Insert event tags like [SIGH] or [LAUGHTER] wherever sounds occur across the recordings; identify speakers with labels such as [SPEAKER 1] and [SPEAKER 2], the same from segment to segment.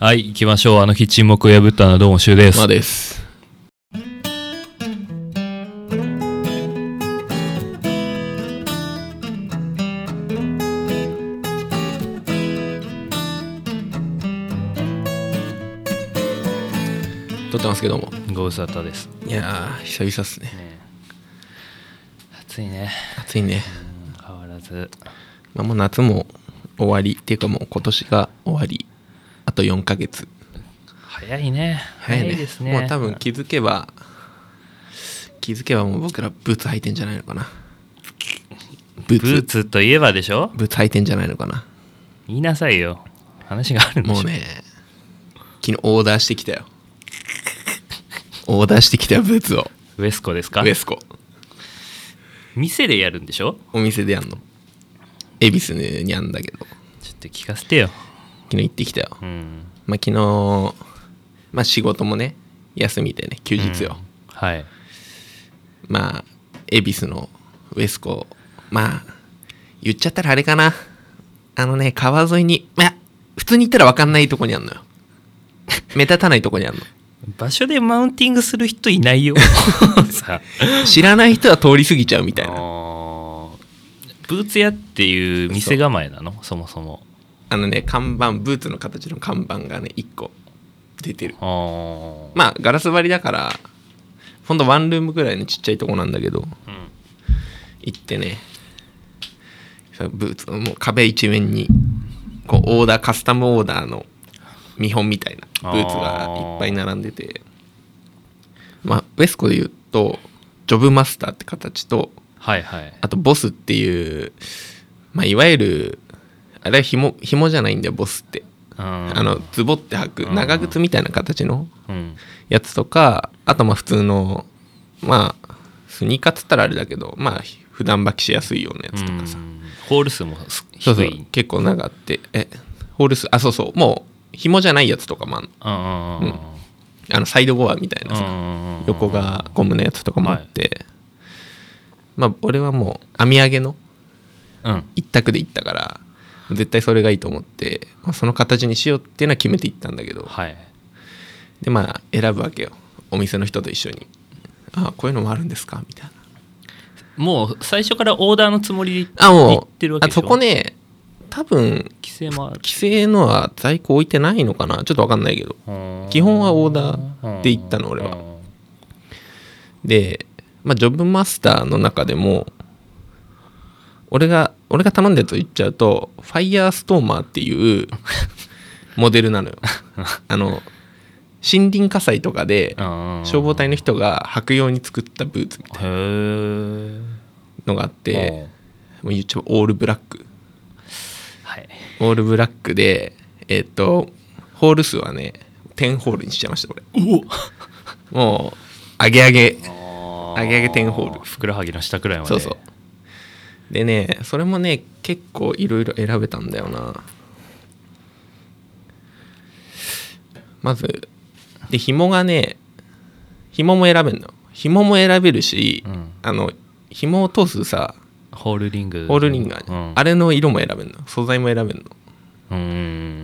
[SPEAKER 1] はい、行きましょう。あの日沈黙を破ったのはどうもしゅうです。
[SPEAKER 2] まあです。撮ってますけども。
[SPEAKER 1] ご無沙汰です。
[SPEAKER 2] いやー、久々っすね。
[SPEAKER 1] ね暑いね。
[SPEAKER 2] 暑いね。
[SPEAKER 1] 変わらず。
[SPEAKER 2] まあ、もう夏も終わり。っていうかもう今年が終わり。あと4ヶ月。
[SPEAKER 1] 早いね。
[SPEAKER 2] 早いね。
[SPEAKER 1] ですね。
[SPEAKER 2] もう多分気づけば、気づけばもう僕らブーツ履いてんじゃないのかな。ブー
[SPEAKER 1] ブーツ
[SPEAKER 2] ツ、
[SPEAKER 1] といえばでしょ
[SPEAKER 2] ブーツ履いてんじゃないのかな。
[SPEAKER 1] 言いなさいよ。話があるんでしょ
[SPEAKER 2] もう。ね、昨日オーダーしてきたよ。オーダーしてきたよ、ブーツを。
[SPEAKER 1] ウエスコですか
[SPEAKER 2] ウエスコ。
[SPEAKER 1] 店でやるんでしょ
[SPEAKER 2] お店でやんの。恵比寿にあんだけど、
[SPEAKER 1] ちょっと聞かせてよ。
[SPEAKER 2] 昨日行ってきたよ。
[SPEAKER 1] うん。
[SPEAKER 2] まあ昨日、まあ仕事もね、休みでね、休日よ。
[SPEAKER 1] うん。はい。
[SPEAKER 2] まあ恵比寿のウエスコまあ言っちゃったらあれかなあのね川沿いにまあ普通に行ったら分かんないとこにあんのよ目立たないとこにあんの
[SPEAKER 1] 場所でマウンティングする人い
[SPEAKER 2] [LAUGHS]
[SPEAKER 1] ないよ。さ
[SPEAKER 2] 知らない人は通り過ぎちゃうみたいな
[SPEAKER 1] あーブーツ屋っていう店構えなのそもそも。
[SPEAKER 2] あのね看板ブーツの形の看板がね1個出てる
[SPEAKER 1] あー
[SPEAKER 2] まあガラス張りだからほんとワンルームぐらいのちっちゃいとこなんだけど
[SPEAKER 1] うん
[SPEAKER 2] 行ってねそのブーツのもう壁一面にこうオーダーカスタムオーダーの見本みたいなブーツがいっぱい並んでてまあウエスコで言うとジョブマスターって形と
[SPEAKER 1] はいはい。
[SPEAKER 2] あとボスっていう、まあ、いわゆるあれは紐紐じゃないんだよボスって
[SPEAKER 1] あ
[SPEAKER 2] あの、ズボって履く長靴みたいな形の
[SPEAKER 1] うん、
[SPEAKER 2] やつとかあとまあ普通のまあスニーカーっつったらあれだけどまあ普段履きしやすいようなやつとかさ、
[SPEAKER 1] うんホール数もす低い
[SPEAKER 2] そうそう結構長あってえホールスあそうそうもう紐じゃないやつとかもあんの
[SPEAKER 1] うんうんうん
[SPEAKER 2] あのサイドゴアみたいな
[SPEAKER 1] う
[SPEAKER 2] さ、
[SPEAKER 1] ん
[SPEAKER 2] 横がゴムのやつとかもあって、まあ俺はもう編み上げの
[SPEAKER 1] うん
[SPEAKER 2] 一択でいったから絶対それがいいと思って、まあ、その形にしようっていうのは決めていったんだけど、
[SPEAKER 1] はい
[SPEAKER 2] でまあ選ぶわけよお店の人と一緒に「あこういうのもあるんですか」みたいな
[SPEAKER 1] もう最初からオーダーのつもりで
[SPEAKER 2] あもう
[SPEAKER 1] 行ってるわけ
[SPEAKER 2] あ
[SPEAKER 1] でしょ
[SPEAKER 2] そこね多分
[SPEAKER 1] 規制もある
[SPEAKER 2] 規制のは在庫置いてないのかなちょっと分かんないけど
[SPEAKER 1] うん
[SPEAKER 2] 基本はオーダーで行ったの俺は
[SPEAKER 1] うん
[SPEAKER 2] で、まあ、ジョブマスターの中でも俺が俺が頼んでと言っちゃうとファイヤーストーマーっていう
[SPEAKER 1] [LAUGHS]
[SPEAKER 2] モデルなのよあの森林火災とかで
[SPEAKER 1] うん
[SPEAKER 2] 消防隊の人が履くように作ったブーツみたい
[SPEAKER 1] へ
[SPEAKER 2] なのがあっ
[SPEAKER 1] え
[SPEAKER 2] てもう言っちゃえばオールブラック
[SPEAKER 1] はい
[SPEAKER 2] オールブラックでえっ、とホール数はね10ホールにしちゃいました俺もう上げ上げ
[SPEAKER 1] お
[SPEAKER 2] 上げ上げテンホール
[SPEAKER 1] ふくらはぎの下くらいまで
[SPEAKER 2] そうそうでねそれもね結構いろいろ選べたんだよなまずで紐がね紐も選べんの紐も選べるし、
[SPEAKER 1] うん
[SPEAKER 2] あの紐を通すさ
[SPEAKER 1] ホールリング
[SPEAKER 2] ホールリングあるじゃん
[SPEAKER 1] うん
[SPEAKER 2] あれの色も選べんの素材も選べんの
[SPEAKER 1] う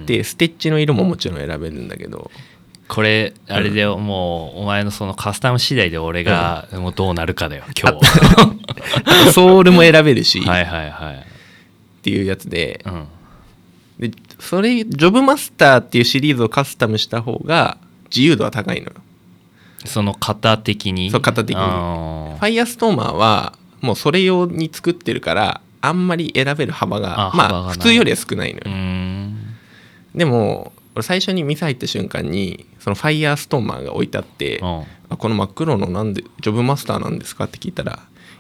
[SPEAKER 1] ん
[SPEAKER 2] でステッチの色ももちろん選べるんだけど [LAUGHS]
[SPEAKER 1] これあれだよ、もうお前のそのカスタム次第で俺がもうどうなるかだよ今日
[SPEAKER 2] あとソールも選べるしっ
[SPEAKER 1] はいはいはい
[SPEAKER 2] ていうやつで
[SPEAKER 1] うん
[SPEAKER 2] でそれジョブマスターっていうシリーズをカスタムした方が自由度は高いのよ
[SPEAKER 1] その型的に
[SPEAKER 2] そう型的に
[SPEAKER 1] あ
[SPEAKER 2] フ
[SPEAKER 1] ー
[SPEAKER 2] ァイヤーストーマーはもうそれ用に作ってるからあんまり選べる幅
[SPEAKER 1] あ
[SPEAKER 2] がま
[SPEAKER 1] 幅が
[SPEAKER 2] あ
[SPEAKER 1] ない
[SPEAKER 2] 普通よりは少ないの
[SPEAKER 1] うー
[SPEAKER 2] よ、
[SPEAKER 1] ん
[SPEAKER 2] でも俺最初に店入った瞬間にそのファイヤーストーマーが置いてあって、
[SPEAKER 1] うん
[SPEAKER 2] あこの真っ黒のなんでジョブマスターなんですかって聞いたら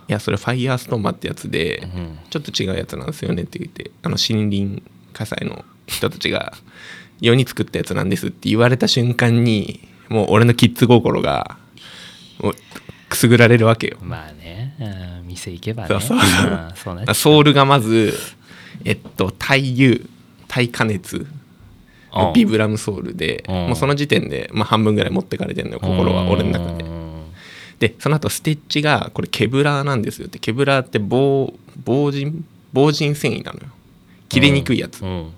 [SPEAKER 2] いやそれファイヤーストーマーってやつで、
[SPEAKER 1] うん
[SPEAKER 2] ちょっと違うやつなんですよねって言ってあの森林火災の人たちが世に作ったやつなんですって言われた瞬間にもう俺のキッズ心がもうくすぐられるわけよ
[SPEAKER 1] まあねうん店行けばね
[SPEAKER 2] そうそう
[SPEAKER 1] うんそうね
[SPEAKER 2] ソールがまずえっと太油耐加熱
[SPEAKER 1] うん
[SPEAKER 2] ビブラムソールで
[SPEAKER 1] うん
[SPEAKER 2] もうその時点で、まあ、半分ぐらい持ってかれてんのよ心は俺の中で
[SPEAKER 1] うん
[SPEAKER 2] でその後ステッチがこれケブラーなんですよってケブラーって防防塵防塵繊維なのよ切れにくいやつ
[SPEAKER 1] うん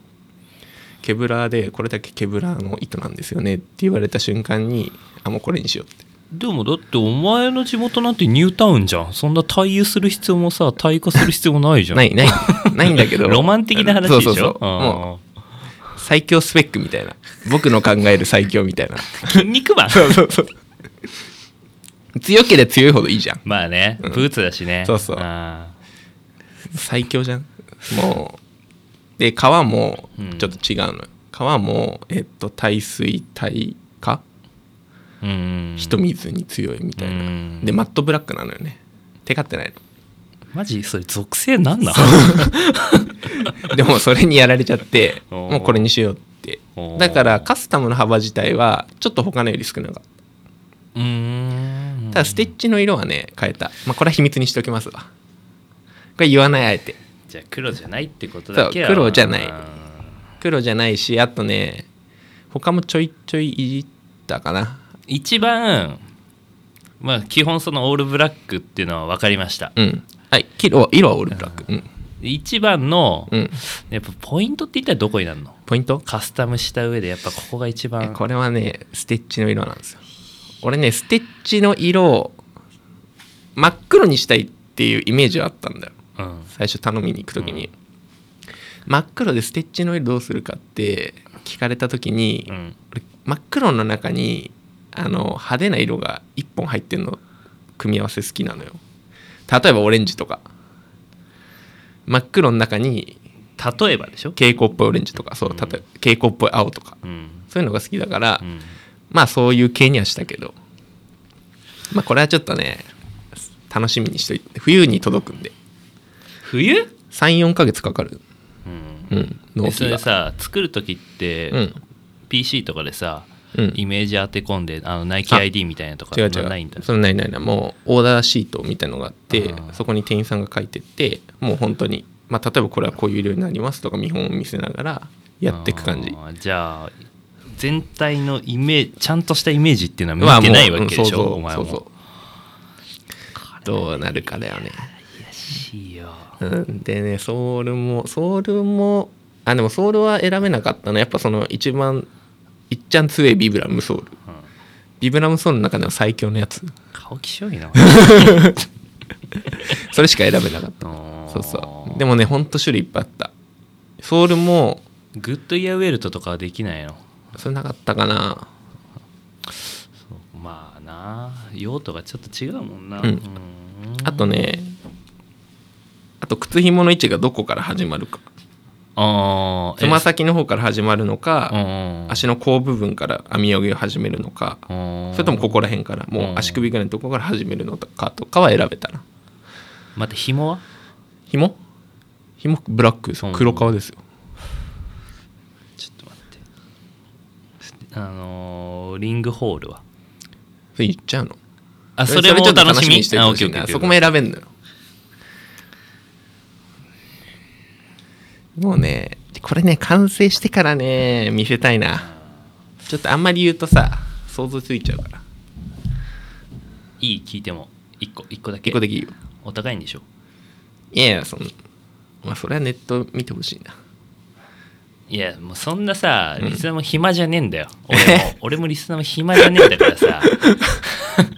[SPEAKER 2] ケブラーでこれだけケブラーの糸なんですよねって言われた瞬間にあもうこれにしようって
[SPEAKER 1] でもだってお前の地元なんてニュータウンじゃんそんな対遊する必要もさ対化する必要もないじゃん
[SPEAKER 2] [LAUGHS] ないないないんだけど
[SPEAKER 1] [LAUGHS] ロマン的な話でしょ
[SPEAKER 2] そうそうそうもう最強スペックみたいな僕の考える最強みたいな
[SPEAKER 1] うん筋肉マン
[SPEAKER 2] [LAUGHS] そうそうそう強ければ強いほどいいじゃん
[SPEAKER 1] まあねブーツだしね、
[SPEAKER 2] そうそう
[SPEAKER 1] あ
[SPEAKER 2] 最強じゃんもうで川も
[SPEAKER 1] うん
[SPEAKER 2] ちょっと違うのよ、川もえっと耐水耐火
[SPEAKER 1] ーうん
[SPEAKER 2] 人水に強いみたいな、
[SPEAKER 1] うん
[SPEAKER 2] でマットブラックなのよね手勝ってない
[SPEAKER 1] マジそれ属性なんな
[SPEAKER 2] のでもそれにやられちゃって
[SPEAKER 1] [LAUGHS] おー
[SPEAKER 2] もうこれにしようって
[SPEAKER 1] おー
[SPEAKER 2] だからカスタムの幅自体はちょっと他のより少なかっ
[SPEAKER 1] うーん
[SPEAKER 2] たただステッチの色はね変えた、まあ、これは秘密にしておきますわこれ言わないあえて
[SPEAKER 1] じゃあ黒じゃないってことだけ
[SPEAKER 2] そう黒じゃない
[SPEAKER 1] うん
[SPEAKER 2] 黒じゃないしあとね他もちょいちょいいじったかな
[SPEAKER 1] 一番まあ基本そのオールブラックっていうのは分かりました
[SPEAKER 2] うん。はい、色は色はオールブラック。うん。
[SPEAKER 1] 一番の、
[SPEAKER 2] うん、
[SPEAKER 1] やっぱポイントって一体どこになるの
[SPEAKER 2] ポイント
[SPEAKER 1] カスタムした上でやっぱここが一
[SPEAKER 2] え
[SPEAKER 1] 番
[SPEAKER 2] これはね、ステッチの色なんですよ。俺ね、ステッチの色を真っ黒にしたいっていうイメージはあったんだよ。
[SPEAKER 1] うん
[SPEAKER 2] 最初頼みに行く時に。真っ黒でステッチの色どうするかって聞かれた時に、
[SPEAKER 1] うん
[SPEAKER 2] 俺真っ黒の中にあの派手な色が1本入ってるの組み合わせ好きなのよ例えばオレンジとか真っ黒の中に
[SPEAKER 1] 例えばでしょ、
[SPEAKER 2] 蛍光っぽいオレンジとかそう例えば蛍光っぽい青とか
[SPEAKER 1] うん
[SPEAKER 2] そういうのが好きだから、
[SPEAKER 1] うん、
[SPEAKER 2] まあそういう系にはしたけどまあこれはちょっとね楽しみにしといて冬に届くんで
[SPEAKER 1] 冬、
[SPEAKER 2] 34ヶ月かかる
[SPEAKER 1] うん
[SPEAKER 2] うん納
[SPEAKER 1] でそ
[SPEAKER 2] 期
[SPEAKER 1] れ
[SPEAKER 2] が
[SPEAKER 1] さ作る時って、
[SPEAKER 2] うん
[SPEAKER 1] PC とかでさ、
[SPEAKER 2] うん
[SPEAKER 1] イメージ当て込んであのナイキ ID みたいなとか
[SPEAKER 2] 違う
[SPEAKER 1] そんな
[SPEAKER 2] 違
[SPEAKER 1] な
[SPEAKER 2] う
[SPEAKER 1] いんだ
[SPEAKER 2] それないないないもうオーダーシートみたいのがあって
[SPEAKER 1] あー
[SPEAKER 2] そこに店員さんが書いてってもう本当にまあ例えばこれはこういう色になりますとか見本を見せながらやっていく感じ
[SPEAKER 1] あーじゃあ全体のイメージちゃんとしたイメージっていうの
[SPEAKER 2] ま
[SPEAKER 1] は
[SPEAKER 2] あ
[SPEAKER 1] 見
[SPEAKER 2] も
[SPEAKER 1] え
[SPEAKER 2] う
[SPEAKER 1] てないわけでしょ、
[SPEAKER 2] うん
[SPEAKER 1] お前
[SPEAKER 2] そ
[SPEAKER 1] も
[SPEAKER 2] うそうそうどうなるかだよね
[SPEAKER 1] 怪しいよ
[SPEAKER 2] うん、でねソウルもソウルもあでもソウルは選べなかったなやっぱその一番いっちゃん強いビブラムソウル
[SPEAKER 1] うん
[SPEAKER 2] ビブラムソウルの中でも最強のやつ
[SPEAKER 1] 顔きしょいな
[SPEAKER 2] それしか選べなかった [LAUGHS] そうそうでもねほんと種類いっぱいあったソウルも
[SPEAKER 1] グッドイヤーウェルトとかはできないの
[SPEAKER 2] それなかったかな
[SPEAKER 1] そうまあな用途がちょっと違うもんな、
[SPEAKER 2] うん
[SPEAKER 1] うん
[SPEAKER 2] あとねあと靴ひもの位置がどこから始まるか
[SPEAKER 1] あー
[SPEAKER 2] つま先の方から始まるの
[SPEAKER 1] えう
[SPEAKER 2] か
[SPEAKER 1] ん
[SPEAKER 2] 足の甲部分から編み上げを始めるのか
[SPEAKER 1] うん
[SPEAKER 2] それともここら辺からもう足首ぐらいのとこから始めるのかとかは選べたな
[SPEAKER 1] 待って紐は
[SPEAKER 2] 紐紐ブラックです
[SPEAKER 1] うん
[SPEAKER 2] 黒革ですよ、
[SPEAKER 1] ちょっと待ってあのーリングホールは
[SPEAKER 2] それ言っちゃうの
[SPEAKER 1] あそれも
[SPEAKER 2] ちょ
[SPEAKER 1] お
[SPEAKER 2] っと
[SPEAKER 1] 楽しみ
[SPEAKER 2] にしておいて
[SPEAKER 1] あ
[SPEAKER 2] ほ
[SPEAKER 1] オッ
[SPEAKER 2] し
[SPEAKER 1] ケーオ
[SPEAKER 2] い
[SPEAKER 1] ッケーオ
[SPEAKER 2] な
[SPEAKER 1] ッケー
[SPEAKER 2] そこも選べんのよもうねこれね完成してからね見せたいなちょっとあんまり言うとさ想像ついちゃうから
[SPEAKER 1] いい聞いても1個1個だけ
[SPEAKER 2] 結構できるよ
[SPEAKER 1] お互いんでしょ
[SPEAKER 2] いやいやそのまあそれはネット見てほしいない
[SPEAKER 1] やもうそんなさリスナーも暇じゃねえんだよ、
[SPEAKER 2] [LAUGHS]
[SPEAKER 1] 俺も俺もリスナーも暇じゃねえんだからさ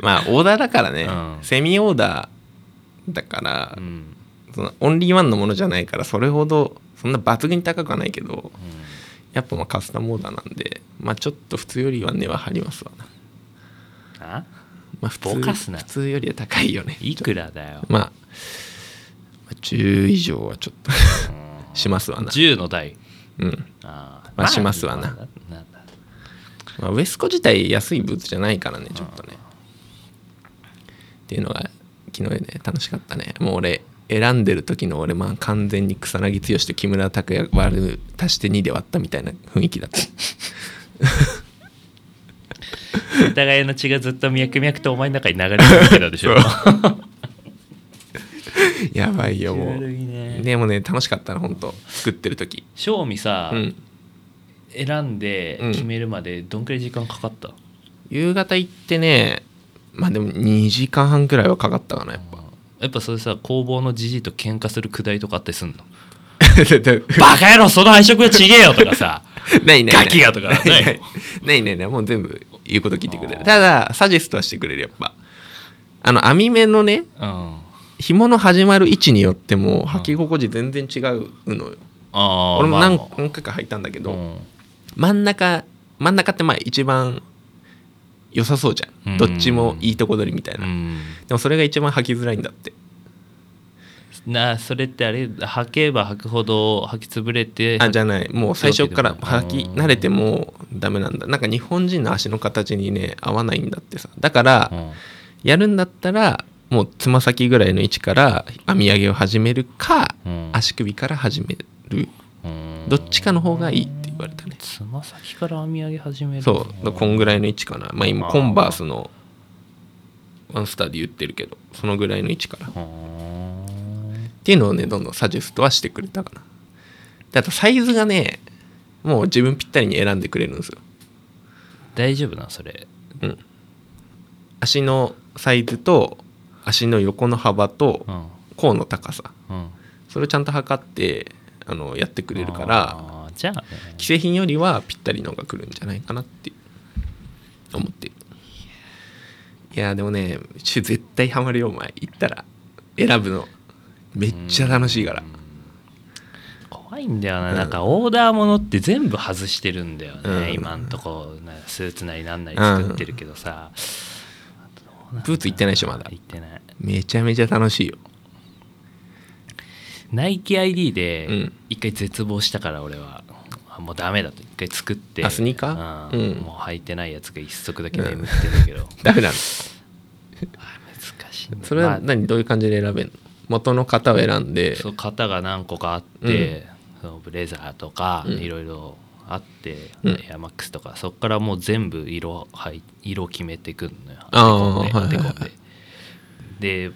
[SPEAKER 2] まあオーダーだからね、
[SPEAKER 1] うん
[SPEAKER 2] セミオーダーだから、
[SPEAKER 1] うん、
[SPEAKER 2] そのオンリーワンのものじゃないからそれほどそんな抜群に高くはないけど
[SPEAKER 1] うん
[SPEAKER 2] やっぱまあカスタムオーダーなんでまあちょっと普通よりは値は張りますわな
[SPEAKER 1] あ
[SPEAKER 2] まあ普
[SPEAKER 1] ぼかす
[SPEAKER 2] 通
[SPEAKER 1] な
[SPEAKER 2] 普通よりは高いよね
[SPEAKER 1] いくらだよ、
[SPEAKER 2] まあまあ10以上はちょっと [LAUGHS] しますわな
[SPEAKER 1] 10の台
[SPEAKER 2] うん、
[SPEAKER 1] あー
[SPEAKER 2] まあしますわな
[SPEAKER 1] なんだ
[SPEAKER 2] まあ、ウエスコ自体安いブーツじゃないからねちょっとねっていうのが昨日ね楽しかったねもう俺選んでる時の俺まあ完全に草薙剛と木村拓哉割る足して2で割ったみたいな雰囲気だった
[SPEAKER 1] お互いの血がずっと脈々とお前の中に流れてるけどでしょ [LAUGHS]
[SPEAKER 2] やばいよも
[SPEAKER 1] 気
[SPEAKER 2] う
[SPEAKER 1] 軽いね
[SPEAKER 2] でもね楽しかったな本当作ってる時
[SPEAKER 1] 正味さ、
[SPEAKER 2] うん
[SPEAKER 1] 選んで決めるまでどんくらい時間かかった、
[SPEAKER 2] 夕方行ってねまあでも2時間半くらいはかかったかなやっぱ [LAUGHS] [LAUGHS]
[SPEAKER 1] やっぱそれさ工房のじじいと喧嘩するくだりとかあったりすんのバカ野郎その配色がちげえよとかさ
[SPEAKER 2] [LAUGHS] ないないない
[SPEAKER 1] ガキがとか
[SPEAKER 2] [LAUGHS] ない
[SPEAKER 1] な
[SPEAKER 2] ないいないないないもう全部言うこと聞いてくれるただサジェストはしてくれるやっぱあの網目のね
[SPEAKER 1] うん
[SPEAKER 2] 紐の始まる位置によっても履き心地全然違うのよ、
[SPEAKER 1] ああ
[SPEAKER 2] 俺も
[SPEAKER 1] まあ
[SPEAKER 2] 何
[SPEAKER 1] まあ
[SPEAKER 2] 何回か履いたんだけど、
[SPEAKER 1] うん
[SPEAKER 2] 真ん中真ん中ってまあ一番良さそうじゃん、
[SPEAKER 1] うん
[SPEAKER 2] どっちもいいとこ取りみたいな、
[SPEAKER 1] うん
[SPEAKER 2] でもそれが一番履きづらいんだって
[SPEAKER 1] なそれってあれ履けば履くほど履き潰れて
[SPEAKER 2] あじゃないもう最初から
[SPEAKER 1] そういうわ
[SPEAKER 2] 履
[SPEAKER 1] けで
[SPEAKER 2] き
[SPEAKER 1] もない
[SPEAKER 2] 慣れてもダメなんだなんか日本人の足の形にね合わないんだってさだから、
[SPEAKER 1] うん
[SPEAKER 2] やるんだったらもうつま先ぐらいの位置から編み上げを始めるか、
[SPEAKER 1] うん
[SPEAKER 2] 足首から始める
[SPEAKER 1] うん
[SPEAKER 2] どっちかの方がいいって言われたね
[SPEAKER 1] つま先から編み上げ始める
[SPEAKER 2] そうこんぐらいの位置かなまあ今
[SPEAKER 1] あー
[SPEAKER 2] コンバースのワンスターで言ってるけどそのぐらいの位置からっ
[SPEAKER 1] うん
[SPEAKER 2] ていうのをねどんどんサジェストはしてくれたかなであとサイズがねもう自分ぴったりに選んでくれるんですよ
[SPEAKER 1] 大丈夫なそれ
[SPEAKER 2] うん足のサイズと足の横の幅と
[SPEAKER 1] うん
[SPEAKER 2] 甲の高さ
[SPEAKER 1] うん
[SPEAKER 2] それをちゃんと測ってあのやってくれるから
[SPEAKER 1] あーじゃあね
[SPEAKER 2] 既製品よりはぴったりのが来るんじゃないかなって思ってるいやーでもねちょ絶対ハマるよお前行ったら選ぶのめっちゃ楽しいから
[SPEAKER 1] 怖いんだよな、
[SPEAKER 2] うん
[SPEAKER 1] なんかオーダーものって全部外してるんだよね、
[SPEAKER 2] うん
[SPEAKER 1] 今んとこなスーツなりなんなり作ってるけどさ、
[SPEAKER 2] ブーツ行ってないでしょまだ
[SPEAKER 1] 言ってない
[SPEAKER 2] めちゃめちゃ楽しいよ
[SPEAKER 1] ナイキ ID
[SPEAKER 2] う
[SPEAKER 1] で
[SPEAKER 2] ん
[SPEAKER 1] 一回絶望したから俺は、あもうダメだと一回作って
[SPEAKER 2] あスニーカ
[SPEAKER 1] う
[SPEAKER 2] ー
[SPEAKER 1] ん
[SPEAKER 2] うん
[SPEAKER 1] もう履いてないやつが一足だけ眠ってんだけど、
[SPEAKER 2] ダメな
[SPEAKER 1] [LAUGHS]
[SPEAKER 2] の
[SPEAKER 1] 難しいんだ
[SPEAKER 2] [LAUGHS] それは
[SPEAKER 1] まあ
[SPEAKER 2] 何どういう感じで選べんの元の型を選んで
[SPEAKER 1] そう型が何個かあって、そのブレザーとか
[SPEAKER 2] うん
[SPEAKER 1] いろいろあって、
[SPEAKER 2] うん
[SPEAKER 1] エアマックスとかそこからもう全部色はい色決めてくんのよ
[SPEAKER 2] あー
[SPEAKER 1] で
[SPEAKER 2] はいはいはい
[SPEAKER 1] で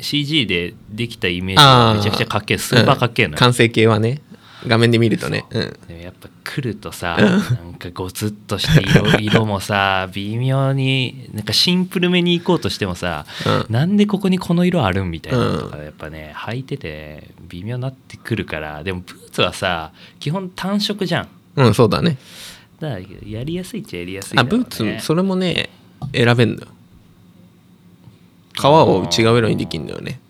[SPEAKER 1] CG でできたイメージがめちゃくちゃかっけえスーパーかっけえの
[SPEAKER 2] うん
[SPEAKER 1] よ、
[SPEAKER 2] 完成形はね画面で見るとねうん
[SPEAKER 1] でもやっぱ来るとさなんかゴツッとして色色もさ微妙になんかシンプルめに行こうとしてもさ、
[SPEAKER 2] うん
[SPEAKER 1] なんでここにこの色あるんみたいなのとかやっぱね履いてて微妙になってくるからでもブーツはさ基本単色じゃん
[SPEAKER 2] うんそうだね
[SPEAKER 1] だからやりやすいっちゃやりやすい
[SPEAKER 2] あ
[SPEAKER 1] だろうね
[SPEAKER 2] ブーツそれもね選べんのよ革を違う色にできるんだよね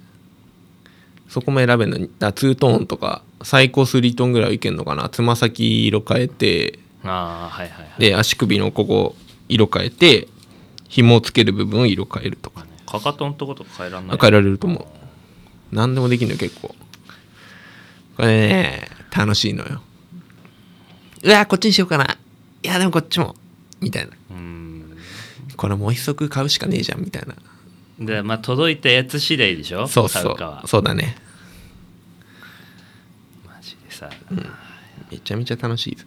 [SPEAKER 2] そこも選べんのだからツートーンとか最高3トーンぐらいはいけんのかなつま先色変えて
[SPEAKER 1] ああはいはいはい
[SPEAKER 2] で足首のここ色変えて紐をつける部分を色変えるとか
[SPEAKER 1] かかとのとことか変えらんない
[SPEAKER 2] 変えられると思う何でもできるのよ結構これね楽しいのようわこっちにしようかないやでもこっちもみたいな
[SPEAKER 1] うん
[SPEAKER 2] これもう一足買うしかねえじゃんみたいな
[SPEAKER 1] でまあ届いたやつ次第でしょ
[SPEAKER 2] そうそ
[SPEAKER 1] 買うかは
[SPEAKER 2] うそうだね
[SPEAKER 1] マジでさ、
[SPEAKER 2] めちゃめちゃ楽しいです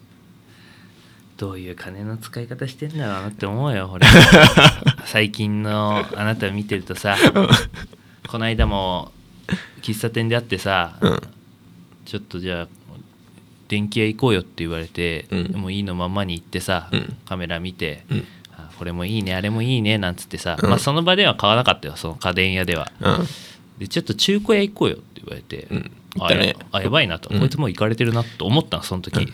[SPEAKER 1] どういう金の使い方してんだろうなって思うよ俺
[SPEAKER 2] [LAUGHS]
[SPEAKER 1] 最近のあなた見てるとさこの間も喫茶店で会ってさ、
[SPEAKER 2] うん
[SPEAKER 1] ちょっとじゃあ電気屋行こうよって言われて、
[SPEAKER 2] うん
[SPEAKER 1] もういいのままに行ってさ、
[SPEAKER 2] うん
[SPEAKER 1] カメラ見て、
[SPEAKER 2] うん
[SPEAKER 1] あこれもいいねあれもいいねなんつってさ、
[SPEAKER 2] うん
[SPEAKER 1] まあその場では買わなかったよその家電屋では
[SPEAKER 2] うん
[SPEAKER 1] でちょっと中古屋行こうよって言われて、
[SPEAKER 2] うん行っ
[SPEAKER 1] あ
[SPEAKER 2] た
[SPEAKER 1] や
[SPEAKER 2] ね
[SPEAKER 1] あやばいなと、
[SPEAKER 2] うん
[SPEAKER 1] こいつもう行かれてるなと思ったのその時、
[SPEAKER 2] うん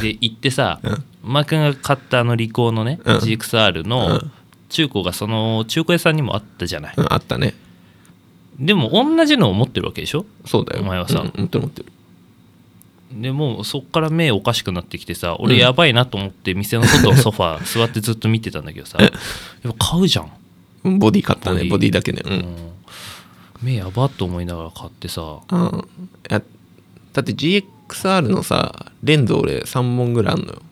[SPEAKER 1] で行ってさ、
[SPEAKER 2] うん
[SPEAKER 1] マー君が買ったあのリコーのね、
[SPEAKER 2] うん
[SPEAKER 1] GXR
[SPEAKER 2] う
[SPEAKER 1] の
[SPEAKER 2] ん
[SPEAKER 1] 中古がその中古屋さんにもあったじゃない、
[SPEAKER 2] うんあったね
[SPEAKER 1] でも同じのを持ってるわけでしょ
[SPEAKER 2] そうだよ
[SPEAKER 1] お前はさ
[SPEAKER 2] うん持ってる持ってる
[SPEAKER 1] でもうそっから目おかしくなってきてさ俺やばいなと思って店の
[SPEAKER 2] [LAUGHS]
[SPEAKER 1] 外のソファー座ってずっと見てたんだけどさやっぱ買うじゃん、
[SPEAKER 2] うんボディ買ったね
[SPEAKER 1] ボ
[SPEAKER 2] ボ
[SPEAKER 1] ディ
[SPEAKER 2] ディだけねう
[SPEAKER 1] うんん目やばっと思いながら買ってさ
[SPEAKER 2] うんいやだって GXR のさレンズ俺3本ぐらいあんのよ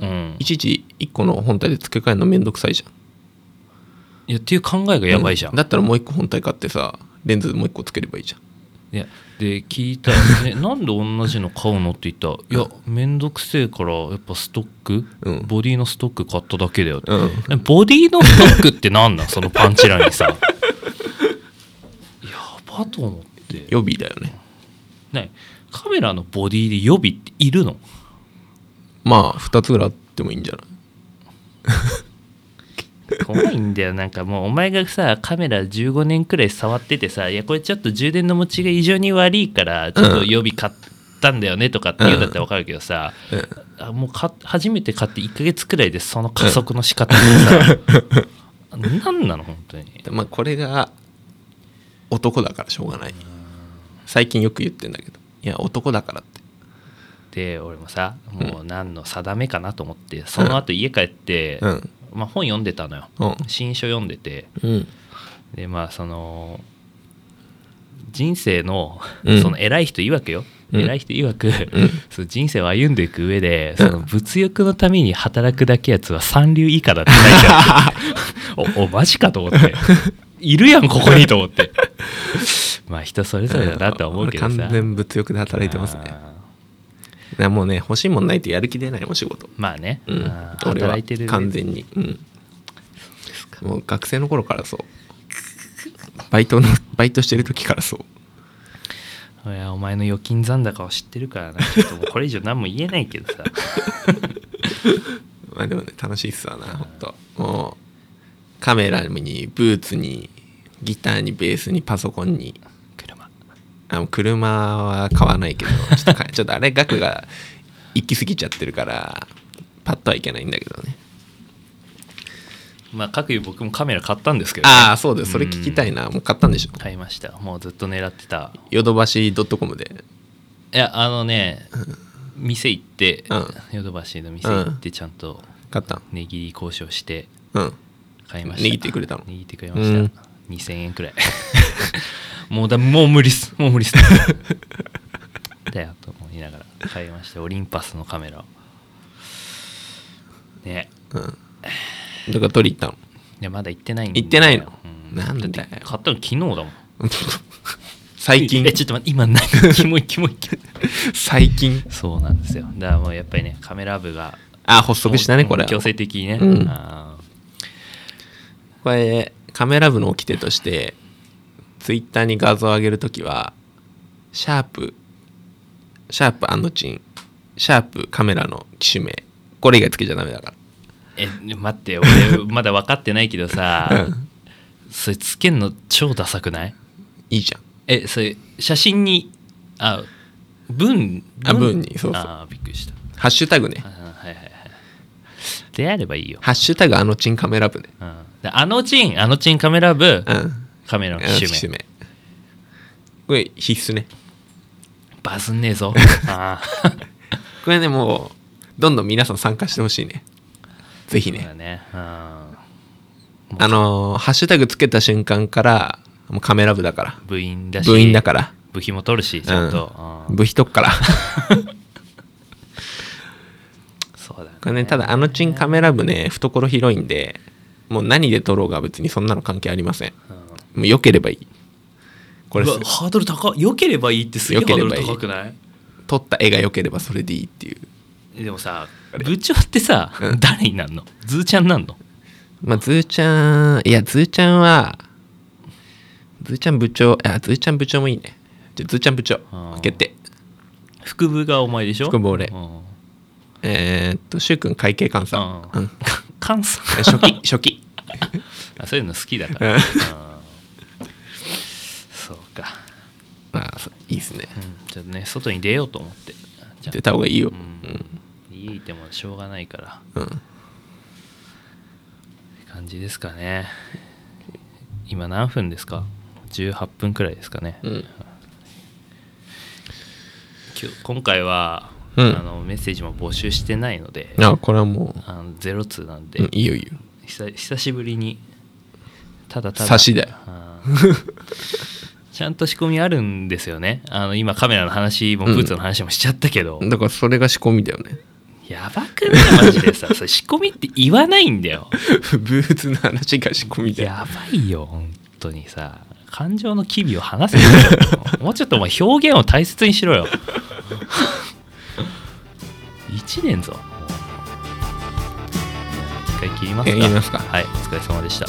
[SPEAKER 1] うん
[SPEAKER 2] いちいち1個の本体で付け替えるのめんどくさいじゃん
[SPEAKER 1] いやっていう考えがやばいじゃん
[SPEAKER 2] うだったらもう1個本体買ってさレンズもう1個つければいいじゃん
[SPEAKER 1] いやで聞いた、ね、 [LAUGHS] なんで同じの買うのって言ったらいや面倒くせえからやっぱストック、
[SPEAKER 2] うん
[SPEAKER 1] ボディのストック買っただけだよって、
[SPEAKER 2] うん
[SPEAKER 1] えボディのストックってなん [LAUGHS] なんそのパンチラにさやばと思って
[SPEAKER 2] 予備だよね
[SPEAKER 1] ねカメラのボディで予備っているの
[SPEAKER 2] まあ2つぐらいあってもいいんじゃない
[SPEAKER 1] 怖いんだよなんかもうお前がさカメラ15年くらい触っててさいやこれちょっと充電の持ちが異常に悪いからちょっと予備買っったんだよねとかって言うんだったらわかるけどさ、あもうか初めて買って1ヶ月くらいでその加速の仕方ってさ、何 [LAUGHS] なの本当に
[SPEAKER 2] でまあこれが男だからしょうがない最近よく言ってんだけどいや男だからって
[SPEAKER 1] で俺もさもう何の定めかなと思ってその後家帰って、
[SPEAKER 2] うん
[SPEAKER 1] まあ、本読んでたのよ、
[SPEAKER 2] うん
[SPEAKER 1] 新書読んでて
[SPEAKER 2] うん
[SPEAKER 1] でまあその人生の,、
[SPEAKER 2] うん
[SPEAKER 1] その偉い人曰くよ、
[SPEAKER 2] うん
[SPEAKER 1] 偉い人曰く、
[SPEAKER 2] うん
[SPEAKER 1] その人生を歩んでいく上でその物欲のために働くだけやつは三流以下だって書いてあ
[SPEAKER 2] [LAUGHS]
[SPEAKER 1] っておおマジかと思っているやんここにと思ってまあ人それぞれだなとは思うけどさ
[SPEAKER 2] 俺完全物欲で働いてますねだか
[SPEAKER 1] あ
[SPEAKER 2] らもうね欲しいもんないとやる気出ないもん仕事
[SPEAKER 1] ーまあね、
[SPEAKER 2] うん
[SPEAKER 1] あー
[SPEAKER 2] 俺は
[SPEAKER 1] 働いてる
[SPEAKER 2] 完全にうんもう学生の頃からそうバイトの [LAUGHS] バイトしてる時からそう
[SPEAKER 1] いやお前の預金残高を知ってるからなちょっともうこれ以上何も言えないけど
[SPEAKER 2] [LAUGHS]
[SPEAKER 1] さ
[SPEAKER 2] まあでもね楽しいっすわなほんともうカメラにブーツにギターにベースにパソコンに
[SPEAKER 1] 車
[SPEAKER 2] あの車は買わないけどちょっと [LAUGHS] かちょっとあれ額が行き過ぎちゃってるからパッとはいけないんだけどね
[SPEAKER 1] まあ各有僕もカメラ買ったんですけどね、
[SPEAKER 2] ああそうですそれ聞きたいなもう買ったんでしょ
[SPEAKER 1] 買いましたもうずっと狙ってた
[SPEAKER 2] ヨドバシドットコムで
[SPEAKER 1] いやあのね店行って
[SPEAKER 2] うん
[SPEAKER 1] ヨドバシの店行ってちゃんと
[SPEAKER 2] 買ったん
[SPEAKER 1] 値切り交渉して
[SPEAKER 2] うん
[SPEAKER 1] 買いました
[SPEAKER 2] 値切ってくれたの
[SPEAKER 1] 値切ってくれました、
[SPEAKER 2] うん
[SPEAKER 1] 2000円くらい [LAUGHS] もうだもう無理っすもう無理
[SPEAKER 2] [LAUGHS]
[SPEAKER 1] っすだよと思いながら買いましたオリンパスのカメラをね
[SPEAKER 2] うんだから取り行ったの [LAUGHS]
[SPEAKER 1] いやまだ行ってないんだよ
[SPEAKER 2] 行ってないの
[SPEAKER 1] うん、
[SPEAKER 2] なんだよ
[SPEAKER 1] 買ったの昨日だもん
[SPEAKER 2] 最近
[SPEAKER 1] えちょっと待って今ないキモいキモいキモい
[SPEAKER 2] 最近
[SPEAKER 1] そうなんですよだからもうやっぱりねカメラ部が
[SPEAKER 2] あ発足したねこれ
[SPEAKER 1] 強制的にね、
[SPEAKER 2] うん
[SPEAKER 1] あ
[SPEAKER 2] これカメラ部の掟としてツイッターに画像を上げるときはシャープシャープアンドチンシャープカメラの機種名これ以外つけちゃダメだから
[SPEAKER 1] ーえ待って俺まだ分かってないけどさ
[SPEAKER 2] う
[SPEAKER 1] それつけんの超ダサくない
[SPEAKER 2] いいじゃん
[SPEAKER 1] えそれ写真にあ文
[SPEAKER 2] あ文にそうそう
[SPEAKER 1] あーびっくりした
[SPEAKER 2] ハッシュタグね
[SPEAKER 1] あーはいはいはいであればいいよ、
[SPEAKER 2] ハッシュタグあのチンカメラ部ね
[SPEAKER 1] うん、であのチンあのチンカメラ部
[SPEAKER 2] うん
[SPEAKER 1] カメラの
[SPEAKER 2] あの
[SPEAKER 1] 機
[SPEAKER 2] 機
[SPEAKER 1] 種
[SPEAKER 2] 種
[SPEAKER 1] 名
[SPEAKER 2] 名これ必須ね
[SPEAKER 1] バズんねえぞあ
[SPEAKER 2] [LAUGHS]
[SPEAKER 1] ー
[SPEAKER 2] これねもうどんどん皆さん参加してほしいねぜひ
[SPEAKER 1] そうだ
[SPEAKER 2] ね
[SPEAKER 1] ね、うん、
[SPEAKER 2] あのーハッシュタグつけた瞬間からもうカメラ部だから
[SPEAKER 1] 部員だし
[SPEAKER 2] 部員だから
[SPEAKER 1] 部費も取るしちゃんと、うん
[SPEAKER 2] 部費とっ
[SPEAKER 1] [LAUGHS]
[SPEAKER 2] から
[SPEAKER 1] そうだね
[SPEAKER 2] これねただあのチンカメラ部ね懐広いんでもう何で撮ろうが別にそんなの関係ありません
[SPEAKER 1] うん
[SPEAKER 2] もう良ければいいこれ
[SPEAKER 1] うわハードル高っ良ければいいってすげえハ
[SPEAKER 2] 良け
[SPEAKER 1] ー
[SPEAKER 2] れ
[SPEAKER 1] ド
[SPEAKER 2] ば
[SPEAKER 1] ル
[SPEAKER 2] いい
[SPEAKER 1] 高くない
[SPEAKER 2] 撮った絵が良ければそれでいいっていう
[SPEAKER 1] でもさ部長ってさ、誰になんのズーちゃんなんの
[SPEAKER 2] まあズーちゃんいやズーちゃんはズーちゃん部長いやズーちゃん部長もいいねじゃあズーちゃん部長
[SPEAKER 1] うん
[SPEAKER 2] 決定
[SPEAKER 1] 副部がお前でしょ
[SPEAKER 2] 副部俺
[SPEAKER 1] うん
[SPEAKER 2] えーっと柊君会計監査、
[SPEAKER 1] う
[SPEAKER 2] うんん、
[SPEAKER 1] 関西 [LAUGHS]
[SPEAKER 2] 初 [LAUGHS] 期初期
[SPEAKER 1] あそういうの好きだか
[SPEAKER 2] う
[SPEAKER 1] ら、
[SPEAKER 2] ん
[SPEAKER 1] うんそうか、
[SPEAKER 2] まあそういいですね
[SPEAKER 1] うん、ちょっとね外に出ようと思ってじゃ
[SPEAKER 2] 出た方がいいよ、
[SPEAKER 1] うん家いてもしょうがないから
[SPEAKER 2] うんうん、
[SPEAKER 1] 感じですかね今何分ですか18分くらいですかね、
[SPEAKER 2] うん
[SPEAKER 1] 今日今回は、
[SPEAKER 2] うん
[SPEAKER 1] あのメッセージも募集してないので
[SPEAKER 2] あこれはもう、
[SPEAKER 1] あのゼロツーなんで、
[SPEAKER 2] うん、いいよいいよ
[SPEAKER 1] 久久しぶりにただただ
[SPEAKER 2] 差しだよ
[SPEAKER 1] あー [LAUGHS] ちゃんと仕込みあるんですよねあの今カメラの話もブーツの話もしちゃったけど、
[SPEAKER 2] だからそれが仕込みだよね [LAUGHS]
[SPEAKER 1] やばくないマジでさそれ仕込みって言わないんだよ
[SPEAKER 2] ブーツの話が仕込みだよ
[SPEAKER 1] やばいよ本当にさ感情の機微を話せよちょっともうちょっとお前表現を大切にしろよ1年ぞもう一回切りますか
[SPEAKER 2] え切りますか
[SPEAKER 1] はいお疲れ様でした